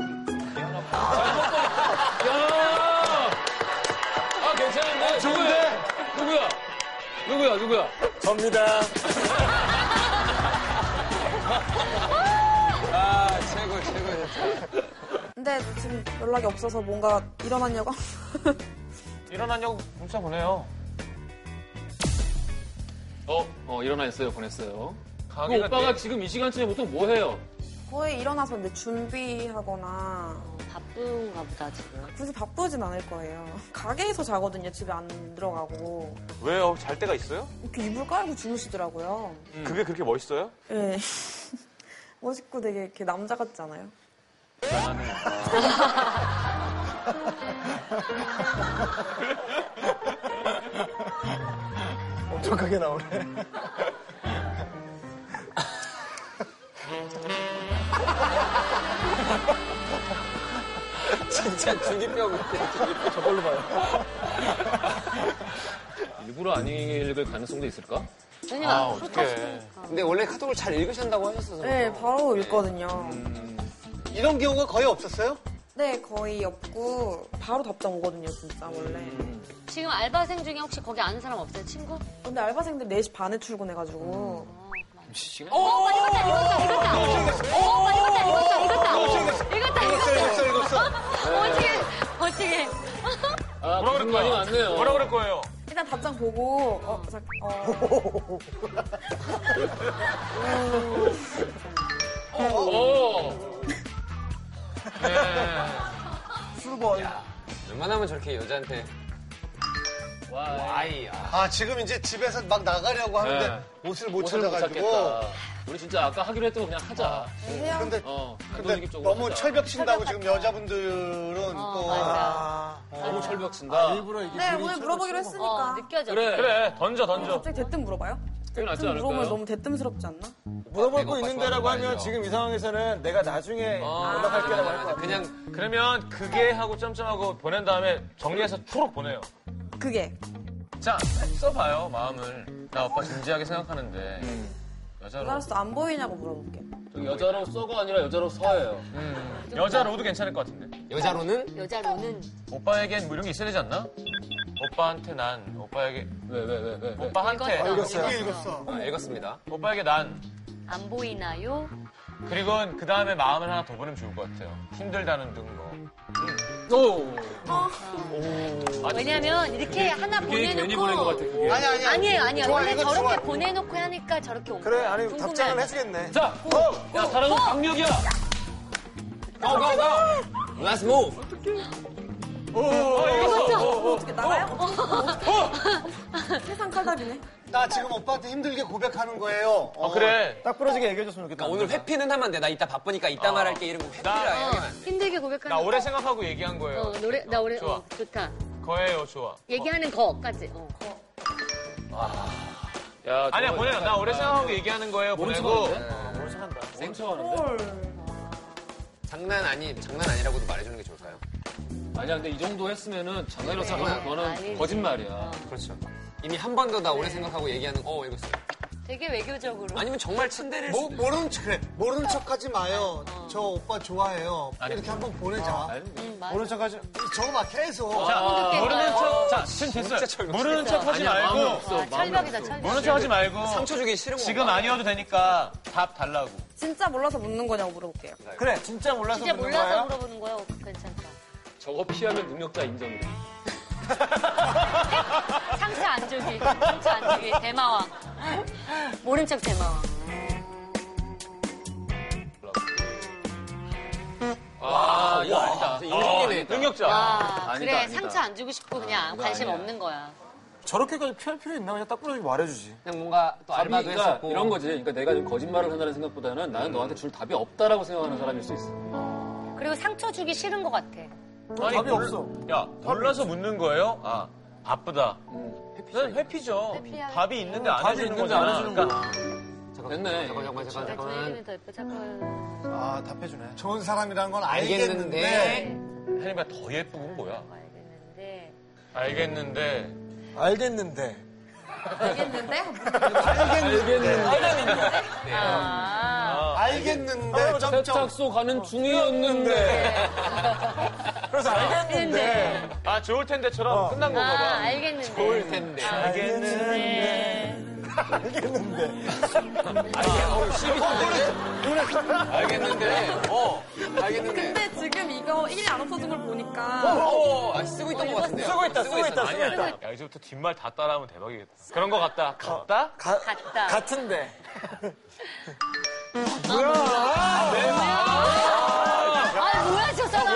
[SPEAKER 2] 야! 아, 괜찮은데? 좋은데? 누구야? 누구야, 누구야?
[SPEAKER 3] 접니다.
[SPEAKER 4] 아 최고 최고.
[SPEAKER 6] 근데 지금 연락이 없어서 뭔가 일어났냐고.
[SPEAKER 1] 일어났냐고 문자 보내요.
[SPEAKER 2] 어, 어, 일어나 있어요. 보냈어요. 그
[SPEAKER 1] 가게가
[SPEAKER 2] 오빠가
[SPEAKER 1] 내-
[SPEAKER 2] 지금 이 시간쯤에 보통 뭐 해요?
[SPEAKER 6] 거의 일어나서 근데 준비하거나
[SPEAKER 5] 어, 바쁜가 보다 지금.
[SPEAKER 6] 굳이 바쁘진 않을 거예요. 가게에서 자거든요. 집에 안 들어가고.
[SPEAKER 9] 왜요? 잘 때가 있어요?
[SPEAKER 6] 이렇게 이불 깔고 주무시더라고요.
[SPEAKER 1] 음.
[SPEAKER 9] 그게 그렇게 멋있어요?
[SPEAKER 6] 네. 멋있고 되게 이렇게 남자 같지 않아요?
[SPEAKER 3] 엄청나게 나오네.
[SPEAKER 4] 진짜 중이병 같아.
[SPEAKER 2] 일부러 안 읽을 가능성도 있을까?
[SPEAKER 5] 왜냐면 아, 까
[SPEAKER 4] 근데 원래 카톡을 잘 읽으신다고 하셨어서.
[SPEAKER 6] 네, 바로 읽거든요.
[SPEAKER 3] 이런 경우가 거의 없었어요?
[SPEAKER 6] 네, 거의 없고 바로 답장 오거든요, 진짜 원래.
[SPEAKER 5] 지금 알바생 중에 혹시 거기 아는 사람 없어요? 친구?
[SPEAKER 6] 근데 알바생들 4시 반에 출근해가지고
[SPEAKER 5] 오빠 이거다 이거다 이거다. 오빠 이거다 이거다 이거다. 이거다 이거다.
[SPEAKER 3] 읽었어, 읽었어.
[SPEAKER 5] 어떻게 어떻게.
[SPEAKER 2] 아,
[SPEAKER 1] 뭐라
[SPEAKER 2] 무슨
[SPEAKER 1] 그럴
[SPEAKER 2] 많이
[SPEAKER 1] 거야?
[SPEAKER 2] 많네요.
[SPEAKER 1] 뭐라 그럴 거예요?
[SPEAKER 6] 일단 답장 보고 어, 자, 어,
[SPEAKER 2] 어,
[SPEAKER 4] 웬만하면 저렇게 여자한테 와이야.
[SPEAKER 3] 아 지금 이제 집에서 막 나가려고 하는데 옷을 못
[SPEAKER 2] 옷을 못
[SPEAKER 3] 찾아가지고.
[SPEAKER 2] 찾겠다. 우리 진짜 아까 하기로 했던 거 그냥 하자.
[SPEAKER 3] 근데
[SPEAKER 2] 어,
[SPEAKER 3] 근데
[SPEAKER 2] 근데
[SPEAKER 3] 너무 철벽 친다고 지금 여자분들은
[SPEAKER 5] 어
[SPEAKER 3] 또
[SPEAKER 5] 맞아.
[SPEAKER 2] 너무 철벽 친다.
[SPEAKER 6] 네, 오늘 물어보기로 했으니까
[SPEAKER 5] 어, 느껴져.
[SPEAKER 2] 그래.
[SPEAKER 1] 그래, 던져, 던져.
[SPEAKER 6] 아, 갑자기 대뜸 물어봐요?
[SPEAKER 2] 그게 낫지 않을까요?
[SPEAKER 6] 물어보면 음, 너무 대뜸스럽지 않나?
[SPEAKER 7] 물어볼
[SPEAKER 4] 내가
[SPEAKER 7] 거
[SPEAKER 4] 오빠
[SPEAKER 7] 있는데라고
[SPEAKER 4] 좋아하는 거
[SPEAKER 7] 하면
[SPEAKER 4] 아니죠?
[SPEAKER 7] 지금 이 상황에서는 내가 나중에
[SPEAKER 1] 어,
[SPEAKER 4] 아,
[SPEAKER 7] 연락할게라고 할 거야.
[SPEAKER 4] 그냥
[SPEAKER 1] 그러면 그게 하고 점점하고 보낸 다음에 정리해서 초록 보내요.
[SPEAKER 6] 그게
[SPEAKER 1] 자, 써봐요, 마음을. 나 오빠 진지하게 생각하는데.
[SPEAKER 2] 어.
[SPEAKER 1] 여자로.
[SPEAKER 6] 나로서 안 보이냐고 물어볼게.
[SPEAKER 2] 그 여자로 써가 아니라 여자로 서예요.
[SPEAKER 1] 음, 여자로도 괜찮을 것 같은데.
[SPEAKER 4] 여자로는
[SPEAKER 5] 여자로는
[SPEAKER 1] 오빠에겐 뭐 이런 게 있어야 되지 않나? 오빠한테 난, 오빠에게,
[SPEAKER 2] 왜, 왜, 왜, 왜, 왜.
[SPEAKER 1] 오빠한테,
[SPEAKER 5] 읽었어.
[SPEAKER 7] 읽었어요.
[SPEAKER 5] 읽었어.
[SPEAKER 4] 아, 읽었습니다.
[SPEAKER 1] 오빠에게 난.
[SPEAKER 5] 안 보이나요?
[SPEAKER 1] 그리고 그 다음에 마음을 하나 더 보내면 좋을 것 같아요. 힘들다는 등 뭐.
[SPEAKER 5] 왜냐면 이렇게 하나
[SPEAKER 2] 괜히 보낸 것 같아,
[SPEAKER 5] 보내놓고
[SPEAKER 2] 그게.
[SPEAKER 3] 아니, 아니, 아니.
[SPEAKER 5] 아니에요 아니에요
[SPEAKER 3] 좋아,
[SPEAKER 5] 원래
[SPEAKER 3] 이거
[SPEAKER 5] 저렇게
[SPEAKER 3] 좋아.
[SPEAKER 5] 보내놓고 하니까 저렇게 온
[SPEAKER 7] 그래,
[SPEAKER 5] 거예요.
[SPEAKER 7] 아니,
[SPEAKER 5] 궁금해
[SPEAKER 7] 답장을
[SPEAKER 5] 하니까.
[SPEAKER 7] 해주겠네.
[SPEAKER 2] 자, 야, 사랑은 강력이야.
[SPEAKER 4] 고, 고, 고! Let's move!
[SPEAKER 6] 어, 어떻게 나가요? 어떻게, 어떻게. 세상 칼답이네.
[SPEAKER 3] 나 지금 오빠한테 힘들게 고백하는 거예요. 어,
[SPEAKER 1] 아, 그래.
[SPEAKER 7] 딱 부러지게 얘기해줬으면 좋겠다.
[SPEAKER 4] 그러니까 오늘 회피는 하면 안 돼. 나 이따 바쁘니까 이따 말할게. 이런 거 회피라
[SPEAKER 1] 나-
[SPEAKER 4] 해.
[SPEAKER 5] 어, 힘들게 고백하는
[SPEAKER 1] 나 오래
[SPEAKER 5] 거.
[SPEAKER 1] 생각하고 얘기한 거예요.
[SPEAKER 5] 어, 노래 나 오래
[SPEAKER 1] 좋아.
[SPEAKER 5] 어, 좋다
[SPEAKER 1] 거예요, 좋아.
[SPEAKER 5] 얘기하는 거까지 어.
[SPEAKER 2] 야,
[SPEAKER 1] 아니야, 네. 보내요. 나 오래 생각하고 얘기하는 거예요, 보내고.
[SPEAKER 2] 아,
[SPEAKER 6] 헐.
[SPEAKER 4] 장난 아니, 장난 아니라고도 말해주는 게 좋을까요?
[SPEAKER 2] 아니야, 근데 이 정도 했으면은 장난이라고
[SPEAKER 5] 그래.
[SPEAKER 2] 생각하면
[SPEAKER 5] 아니지.
[SPEAKER 2] 그거는 거짓말이야.
[SPEAKER 4] 그렇죠. 이미 한 번 더 나 오래 생각하고 얘기하는, 어, 이거 어
[SPEAKER 5] 되게 외교적으로
[SPEAKER 4] 아니면 정말 침대를
[SPEAKER 3] 뭐, 모르는 척, 그래. 모르는 척 하지 마요. 저 오빠 좋아해요. 이렇게 한번 보내자.
[SPEAKER 5] 응, 음, 맞아.
[SPEAKER 7] 오늘 척하지.
[SPEAKER 3] 저거 막 계속.
[SPEAKER 5] 어떻게
[SPEAKER 1] 아, 모르는
[SPEAKER 5] 해요?
[SPEAKER 1] 척, 자, 지금 됐어요. 모르는 척 하지
[SPEAKER 2] 마음은
[SPEAKER 1] 말고.
[SPEAKER 2] 없어.
[SPEAKER 5] 와, 아, 철벽이다 철벽
[SPEAKER 1] 모르는 척 하지 말고.
[SPEAKER 4] 상처 주기 싫은 거.
[SPEAKER 1] 지금 아니어도 되니까 답 달라고.
[SPEAKER 6] 진짜 몰라서 묻는 거냐고 물어볼게요.
[SPEAKER 7] 그래, 진짜 몰라서
[SPEAKER 5] 진짜
[SPEAKER 7] 묻는
[SPEAKER 5] 몰라서
[SPEAKER 7] 거야?
[SPEAKER 5] 물어보는 거야 어, 괜찮다
[SPEAKER 2] 저거 피하면 능력자 인정돼.
[SPEAKER 5] 상처 안 주기 상처 안 주기 대마왕 모른 척 대마왕
[SPEAKER 1] 아, 이거 아니다.
[SPEAKER 4] 인생이네.
[SPEAKER 1] 능력자.
[SPEAKER 5] 아 그래
[SPEAKER 2] 아니다.
[SPEAKER 5] 상처 안 주고 싶고 그냥 관심 없는 거야
[SPEAKER 7] 저렇게까지 피할 필요 있나? 그냥 딱 부러지게 말해주지.
[SPEAKER 4] 그냥 뭔가 또 알바도
[SPEAKER 2] 그러니까
[SPEAKER 4] 했었고.
[SPEAKER 2] 이런 거지. 그러니까 내가 지금 거짓말을 한다는 생각보다는 나는 너한테 줄 답이 없다라고 생각하는 사람일 수 있어.
[SPEAKER 5] 그리고 상처 주기 싫은 것 같아
[SPEAKER 1] 아니,
[SPEAKER 7] 답이
[SPEAKER 1] 몰라-
[SPEAKER 7] 없어.
[SPEAKER 1] 야, 몰라서 묻는 거예요? 아, 바쁘다. 회피죠. 회피죠.
[SPEAKER 5] 회피야.
[SPEAKER 1] 답이 있는데 안
[SPEAKER 7] 답이
[SPEAKER 1] 해주는
[SPEAKER 7] 있는데
[SPEAKER 1] 거잖아.
[SPEAKER 7] 안 해주는
[SPEAKER 1] 그러니까
[SPEAKER 2] 됐네.
[SPEAKER 4] 잠깐, 잠깐, 잠깐,
[SPEAKER 5] 내가 저
[SPEAKER 4] 잠깐.
[SPEAKER 5] 얘기는 더 예뻐 잠깐
[SPEAKER 7] 아, 답해주네.
[SPEAKER 3] 좋은 사람이라는 건 알겠는데.
[SPEAKER 4] 알겠는데.
[SPEAKER 1] 혜림이가 더 예쁘고 뭐야?
[SPEAKER 5] 알겠는데
[SPEAKER 1] 알겠는데
[SPEAKER 7] 알겠는데.
[SPEAKER 3] 네.
[SPEAKER 5] 아
[SPEAKER 3] 알겠는데. 점점.
[SPEAKER 2] 세탁소 가는 중이었는데.
[SPEAKER 7] 그래서 알겠는데.
[SPEAKER 1] 아 좋을 텐데처럼 끝난 건가 봐.
[SPEAKER 5] 아, 알겠는데
[SPEAKER 4] 좋을 텐데.
[SPEAKER 5] 네. 네.
[SPEAKER 4] 알겠는데. 어. 알겠는데.
[SPEAKER 6] 근데 지금 이거 1이 안 없어진 걸 보니까
[SPEAKER 4] 어, 아, 쓰고 있던 것 같은데요?
[SPEAKER 7] 쓰고 있다, 쓰고 있다, 쓰고
[SPEAKER 1] 아니야.
[SPEAKER 7] 있다.
[SPEAKER 1] 야 이제부터 뒷말 다 따라하면 대박이겠다. 그런 거 같다. 같다?
[SPEAKER 7] 가-
[SPEAKER 5] 같다.
[SPEAKER 7] 같은데.
[SPEAKER 5] 아 뭐야 저 사람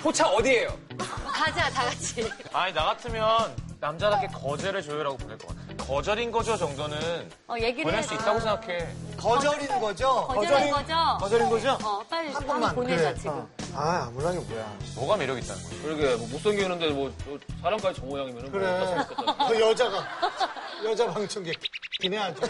[SPEAKER 4] 포차 어디예요?
[SPEAKER 5] 가자 다 같이
[SPEAKER 1] 아니 나 같으면 남자답게 거절의 조율하고 보낼 것 같아. 거절인 거죠 정도는
[SPEAKER 5] 어 얘기를
[SPEAKER 1] 보낼 수
[SPEAKER 5] 해서.
[SPEAKER 1] 있다고 생각해.
[SPEAKER 3] 거절인 거죠?
[SPEAKER 5] 거절인 거죠
[SPEAKER 7] 거절인 거죠?
[SPEAKER 5] 어 빨리 한
[SPEAKER 3] 번만,
[SPEAKER 5] 번만 보내자
[SPEAKER 3] 그래.
[SPEAKER 5] 지금
[SPEAKER 7] 아, 몰라, 이게 뭐야.
[SPEAKER 1] 뭐가 매력 있다는 거야?
[SPEAKER 2] 그러게 뭐 못생기는데 뭐, 뭐 사람까지 저뭐 모양이면
[SPEAKER 3] 그래. 그 여자가. 여자 방청객. 기네 아주.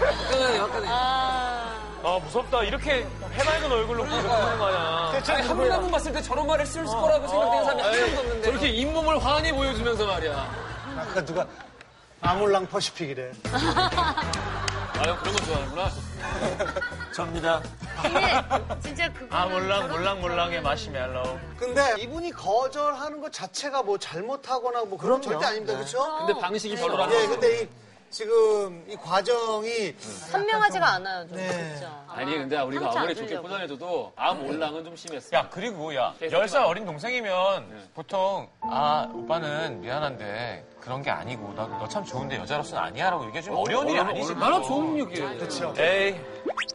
[SPEAKER 4] 화끈하네,
[SPEAKER 3] 어.
[SPEAKER 4] 화끈해.
[SPEAKER 5] 아
[SPEAKER 1] 아 무섭다. 이렇게 해맑은 얼굴로 고백하는 거 아니야.
[SPEAKER 4] 아니, 한번 한번 봤을 때 저런 말을 쓸 거라고 생각되는 사람이 한 명도 없는데.
[SPEAKER 2] 저렇게 잇몸을 환히 보여주면서 말이야.
[SPEAKER 3] 아까 누가 아몰랑 퍼시픽이래.
[SPEAKER 2] 아, 형 그런 거 좋아하는구나.
[SPEAKER 7] 접니다.
[SPEAKER 5] 근데 진짜 그거
[SPEAKER 1] 아 몰랑 몰랑 몰랑의 맛이 멜로우.
[SPEAKER 3] 근데 이분이 거절하는 것 자체가 뭐 잘못하거나 뭐 그런 건 절대 아닙니다.
[SPEAKER 5] 어.
[SPEAKER 3] 그렇죠?
[SPEAKER 2] 근데 방식이
[SPEAKER 1] 네.
[SPEAKER 2] 별로라는
[SPEAKER 3] 예,
[SPEAKER 2] 거지.
[SPEAKER 1] 그-
[SPEAKER 3] 근데 이, 지금 이 과정이
[SPEAKER 5] 선명하지가 않아요 좀
[SPEAKER 3] 네.
[SPEAKER 5] 진짜
[SPEAKER 2] 아니 근데 우리가
[SPEAKER 5] 상처 안
[SPEAKER 2] 아무리 좋게
[SPEAKER 5] 주려고.
[SPEAKER 2] 포장해줘도 암 올랑은 좀 심했어.
[SPEAKER 1] 야 그리고 야
[SPEAKER 2] 계속
[SPEAKER 1] 열 살 어린 동생이면
[SPEAKER 2] 예.
[SPEAKER 1] 보통 아 오빠는 미안한데 그런 게 아니고 나도 너 참 좋은데 여자로서는 아니야라고 얘기해주면 어려운 일이 아니지.
[SPEAKER 2] 나나 좋은 얘기예요.
[SPEAKER 3] 그렇죠.
[SPEAKER 1] 에이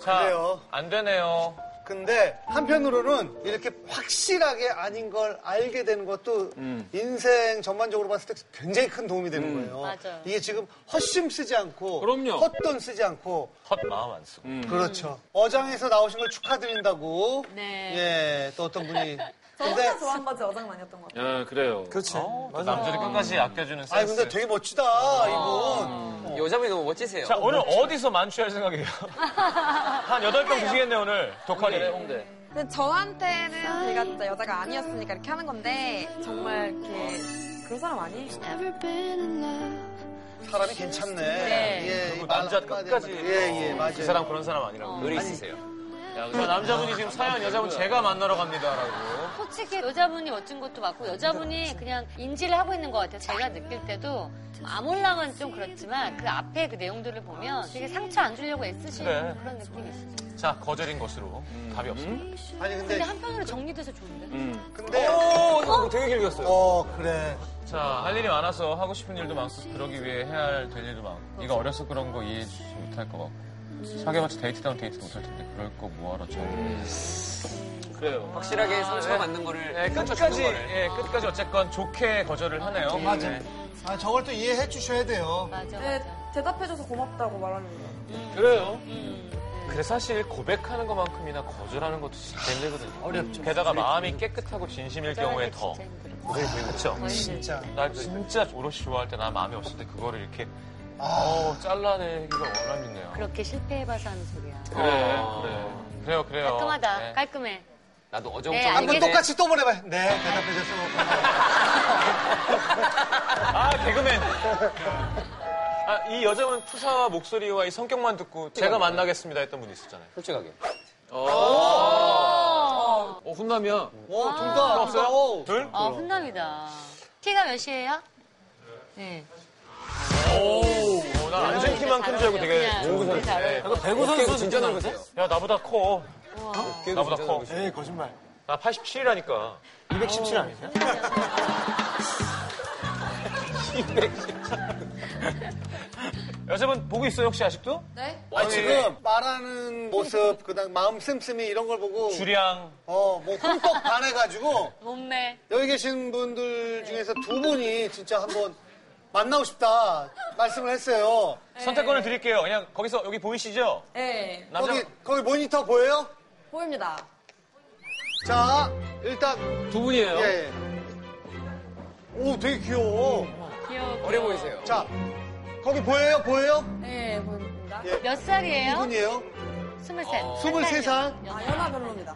[SPEAKER 1] 자
[SPEAKER 3] 그래요.
[SPEAKER 1] 안 되네요.
[SPEAKER 3] 근데 한편으로는 이렇게 확실하게 아닌 걸 알게 되는 것도 인생 전반적으로 봤을 때 굉장히 큰 도움이 되는 거예요.
[SPEAKER 5] 맞아요.
[SPEAKER 3] 이게 지금 헛심 쓰지 않고
[SPEAKER 2] 그럼요.
[SPEAKER 3] 헛돈 쓰지 않고
[SPEAKER 1] 헛 마음 안 쓰고.
[SPEAKER 3] 음. 그렇죠. 어장에서 나오신 걸 축하드린다고
[SPEAKER 5] 네.
[SPEAKER 3] 예, 또 어떤 분이
[SPEAKER 6] 저 혼자 좋아한 거지 어장은 아니었던 것 같아요.
[SPEAKER 2] 아, 그래요.
[SPEAKER 7] 그렇지. 맞아.
[SPEAKER 1] 어, 남자를 끝까지 아껴주는
[SPEAKER 3] 아니
[SPEAKER 1] 센스.
[SPEAKER 3] 근데 되게 멋지다 이분.
[SPEAKER 4] 여자분이 너무 멋지세요.
[SPEAKER 1] 자, 오늘 어디서 만취할 생각이에요? 한 8병 드시겠네, 오늘. 독하니.
[SPEAKER 10] 근데
[SPEAKER 6] 아.
[SPEAKER 10] 저한테는 제가 진짜 여자가 아니었으니까 이렇게 하는 건데 정말 이렇게
[SPEAKER 6] 그런 사람 아니에요.
[SPEAKER 3] 사람이 괜찮네. 예, 이
[SPEAKER 1] 음. 그 남자
[SPEAKER 3] 말 한마디
[SPEAKER 1] 끝까지.
[SPEAKER 3] 한마디. 예, 예, 맞아요.
[SPEAKER 1] 그 사람 그런 사람 아니라고.
[SPEAKER 4] 의리 있으세요.
[SPEAKER 1] 저 남자분이 지금 사연 여자분 제가 만나러 갑니다라고.
[SPEAKER 5] 솔직히 여자분이 멋진 것도 맞고 여자분이 그냥 인지를 하고 있는 것 같아요. 제가 느낄 때도 아몰랑은 좀 그렇지만 그 앞에 그 내용들을 보면 되게 상처 안 주려고 애쓰시는
[SPEAKER 1] 그래.
[SPEAKER 5] 그런 느낌이 있어요.
[SPEAKER 1] 자, 거절인 것으로
[SPEAKER 3] 음.
[SPEAKER 1] 답이 없습니다.
[SPEAKER 3] 아니
[SPEAKER 5] 근데
[SPEAKER 3] 근데
[SPEAKER 5] 한편으로 정리돼서 좋은데?
[SPEAKER 3] 근데
[SPEAKER 4] 오, 이거 되게 길게 갔어요.
[SPEAKER 3] 어 그래.
[SPEAKER 1] 자, 할 일이 많아서 하고 싶은 일도 많고 그러기 위해 해야 할 될 일도 많고 네가 어려서 그런 거 이해해 주지 못할 것 같고 사귀어봤자 데이트다운 데이트 못할 텐데 그럴 거 뭐하러 저 그래요.
[SPEAKER 4] 확실하게 상처가 맞는 거를
[SPEAKER 1] 예, 끝까지 예, 끝까지 어쨌건 좋게 거절을 하네요.
[SPEAKER 3] 맞아요. 아 저걸 또 이해해 주셔야 돼요.
[SPEAKER 5] 맞아,
[SPEAKER 6] 네,
[SPEAKER 5] 맞아.
[SPEAKER 6] 대답해줘서 고맙다고 말하려고.
[SPEAKER 1] 그래요.
[SPEAKER 5] 음.
[SPEAKER 1] 그래 사실 고백하는 것만큼이나 거절하는 것도 진짜 힘들거든요. 어렵죠. 네. 게다가 마음이 깨끗하고 진심일 경우에 더
[SPEAKER 5] 진짜 힘들어.
[SPEAKER 1] 그렇죠.
[SPEAKER 5] 거의 네. 이제
[SPEAKER 3] 진짜.
[SPEAKER 1] 나 진짜 오롯이 좋아할 때 나 마음이 없을 때 그거를 이렇게 어 잘라내기가 워낙 있네요. 네,
[SPEAKER 5] 그렇게 실패해봐서 하는 소리야.
[SPEAKER 1] 그래, 그래. 그래요, 그래요.
[SPEAKER 5] 깔끔하다.
[SPEAKER 1] 어. 네.
[SPEAKER 5] 깔끔해.
[SPEAKER 4] 나도 어정쩡.
[SPEAKER 5] 네,
[SPEAKER 3] 한번
[SPEAKER 5] 알겠-
[SPEAKER 3] 똑같이 또 보내봐. 네 대답해 줬어.
[SPEAKER 1] 아, 개그맨. 아, 이 여자분 투사와 목소리와 이 성격만 듣고 제가 만나겠습니다 했던 분이 있었잖아요.
[SPEAKER 4] 솔직하게.
[SPEAKER 1] 어, 혼남이야.
[SPEAKER 3] 어둘다 없어요.
[SPEAKER 1] 둘?
[SPEAKER 5] 아, 훈남이다. 키가 몇이에요? 네.
[SPEAKER 1] 오, 난안 생긴 만큼 줄 알고 되게.
[SPEAKER 5] 농구 선수.
[SPEAKER 4] 배구 선수 진짜 넓으세요?
[SPEAKER 1] 야, 나보다 커. 나보다
[SPEAKER 4] 진짜
[SPEAKER 1] 커.
[SPEAKER 7] 에이, 거짓말.
[SPEAKER 1] 나 87이라니까.
[SPEAKER 7] 217 아니세요?
[SPEAKER 1] 여자분 보고 있어요, 혹시 아직도?
[SPEAKER 10] 네?
[SPEAKER 3] 아니, 지금 말하는 모습, 그다음 마음 씀씀이 이런 걸 보고
[SPEAKER 1] 주량.
[SPEAKER 3] 어뭐 흠뻑 반해가지고
[SPEAKER 5] 몸매.
[SPEAKER 3] 여기 계신 분들 중에서 두 분이 진짜 한번 만나고 싶다 말씀을 했어요.
[SPEAKER 1] 선택권을 드릴게요. 그냥 거기서 여기 보이시죠?
[SPEAKER 10] 네.
[SPEAKER 1] 남자.
[SPEAKER 3] 거기 거기 모니터 보여요?
[SPEAKER 10] 보입니다.
[SPEAKER 3] 자 일단
[SPEAKER 4] 어?
[SPEAKER 2] 두 분이에요.
[SPEAKER 3] 예. 오 되게 귀여워.
[SPEAKER 5] 귀여워.
[SPEAKER 4] 어려 보이세요.
[SPEAKER 3] 자 거기 보여요 보여요?
[SPEAKER 10] 네, 보입니다.
[SPEAKER 6] 예.
[SPEAKER 5] 몇 살이에요?
[SPEAKER 3] 분이에요?
[SPEAKER 5] 23.
[SPEAKER 3] 스물세 살?
[SPEAKER 6] 아, 연하 별로입니다.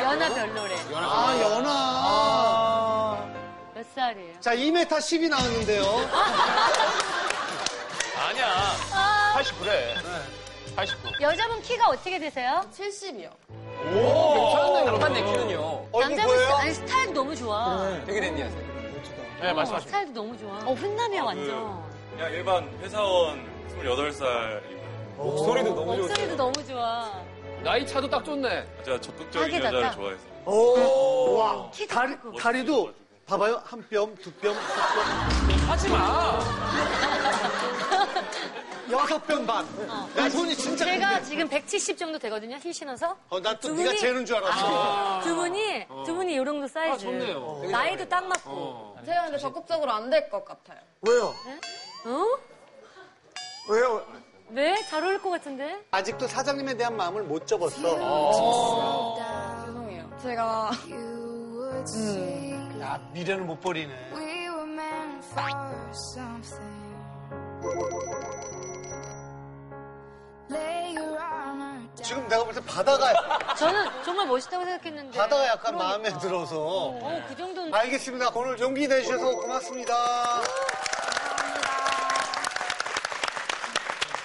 [SPEAKER 5] 연하 별로래.
[SPEAKER 3] 아 연하.
[SPEAKER 5] 몇 살이에요?
[SPEAKER 3] 자 2m 10이 나왔는데요.
[SPEAKER 1] 아니야. 89래.
[SPEAKER 7] 네.
[SPEAKER 1] 89.
[SPEAKER 5] 여자분 키가 어떻게 되세요?
[SPEAKER 10] 70이요.
[SPEAKER 4] 저는 얼마나 키는요.
[SPEAKER 3] 얼굴
[SPEAKER 5] 남자분
[SPEAKER 3] 보여요?
[SPEAKER 5] 스타- 아니, 스타일도 너무 좋아. 어,
[SPEAKER 4] 되게 댄디하세요.
[SPEAKER 1] 네, 말씀하십시오.
[SPEAKER 5] 스타일도 너무 좋아. 어, 훈남이야, 완전.
[SPEAKER 9] 그냥 일반 회사원 28살이고요.
[SPEAKER 4] 목소리도 너무 좋으세요.
[SPEAKER 5] 목소리도 너무 좋아.
[SPEAKER 4] 나이 차도 딱 좋네.
[SPEAKER 9] 제가 적극적인
[SPEAKER 5] 하게
[SPEAKER 9] 여자를
[SPEAKER 5] 됐다.
[SPEAKER 9] 좋아해서.
[SPEAKER 3] 오. 와
[SPEAKER 5] 키도
[SPEAKER 3] 다리
[SPEAKER 5] 크고.
[SPEAKER 3] 다리도 봐봐요 한 뼘, 두 뼘, 세
[SPEAKER 4] 하지 마.
[SPEAKER 3] 뼘, 여섯 뼘 반. 내 손이 진짜
[SPEAKER 5] 어. 제가 지금 170 정도 되거든요, 힐 신어서.
[SPEAKER 3] 어, 나 또
[SPEAKER 5] 두
[SPEAKER 3] 네가
[SPEAKER 5] 분이- 아.
[SPEAKER 3] 재는 줄 알았어.
[SPEAKER 5] 두 분이, 두 분이 이 정도 사이즈. 나이도 딱 맞고.
[SPEAKER 6] 네,
[SPEAKER 10] 제가 근데 적극적으로 안 될 것 같아요.
[SPEAKER 7] 왜요?
[SPEAKER 5] 어?
[SPEAKER 7] 왜요?
[SPEAKER 5] 왜? 잘 어울릴 것 같은데?
[SPEAKER 3] 아직도 사장님에 대한 마음을 못 접었어.
[SPEAKER 10] 어, 죄송해요. 제가
[SPEAKER 3] 야, 미래는 못 버리네. 지금 내가 볼 때 바다가,
[SPEAKER 5] 저는 정말 멋있다고 생각했는데.
[SPEAKER 3] 바다가 약간 아,
[SPEAKER 5] 그러니까.
[SPEAKER 3] 마음에 들어서.
[SPEAKER 5] 어, 그 정도는.
[SPEAKER 3] 알겠습니다. 오늘 용기 내주셔서 고맙습니다.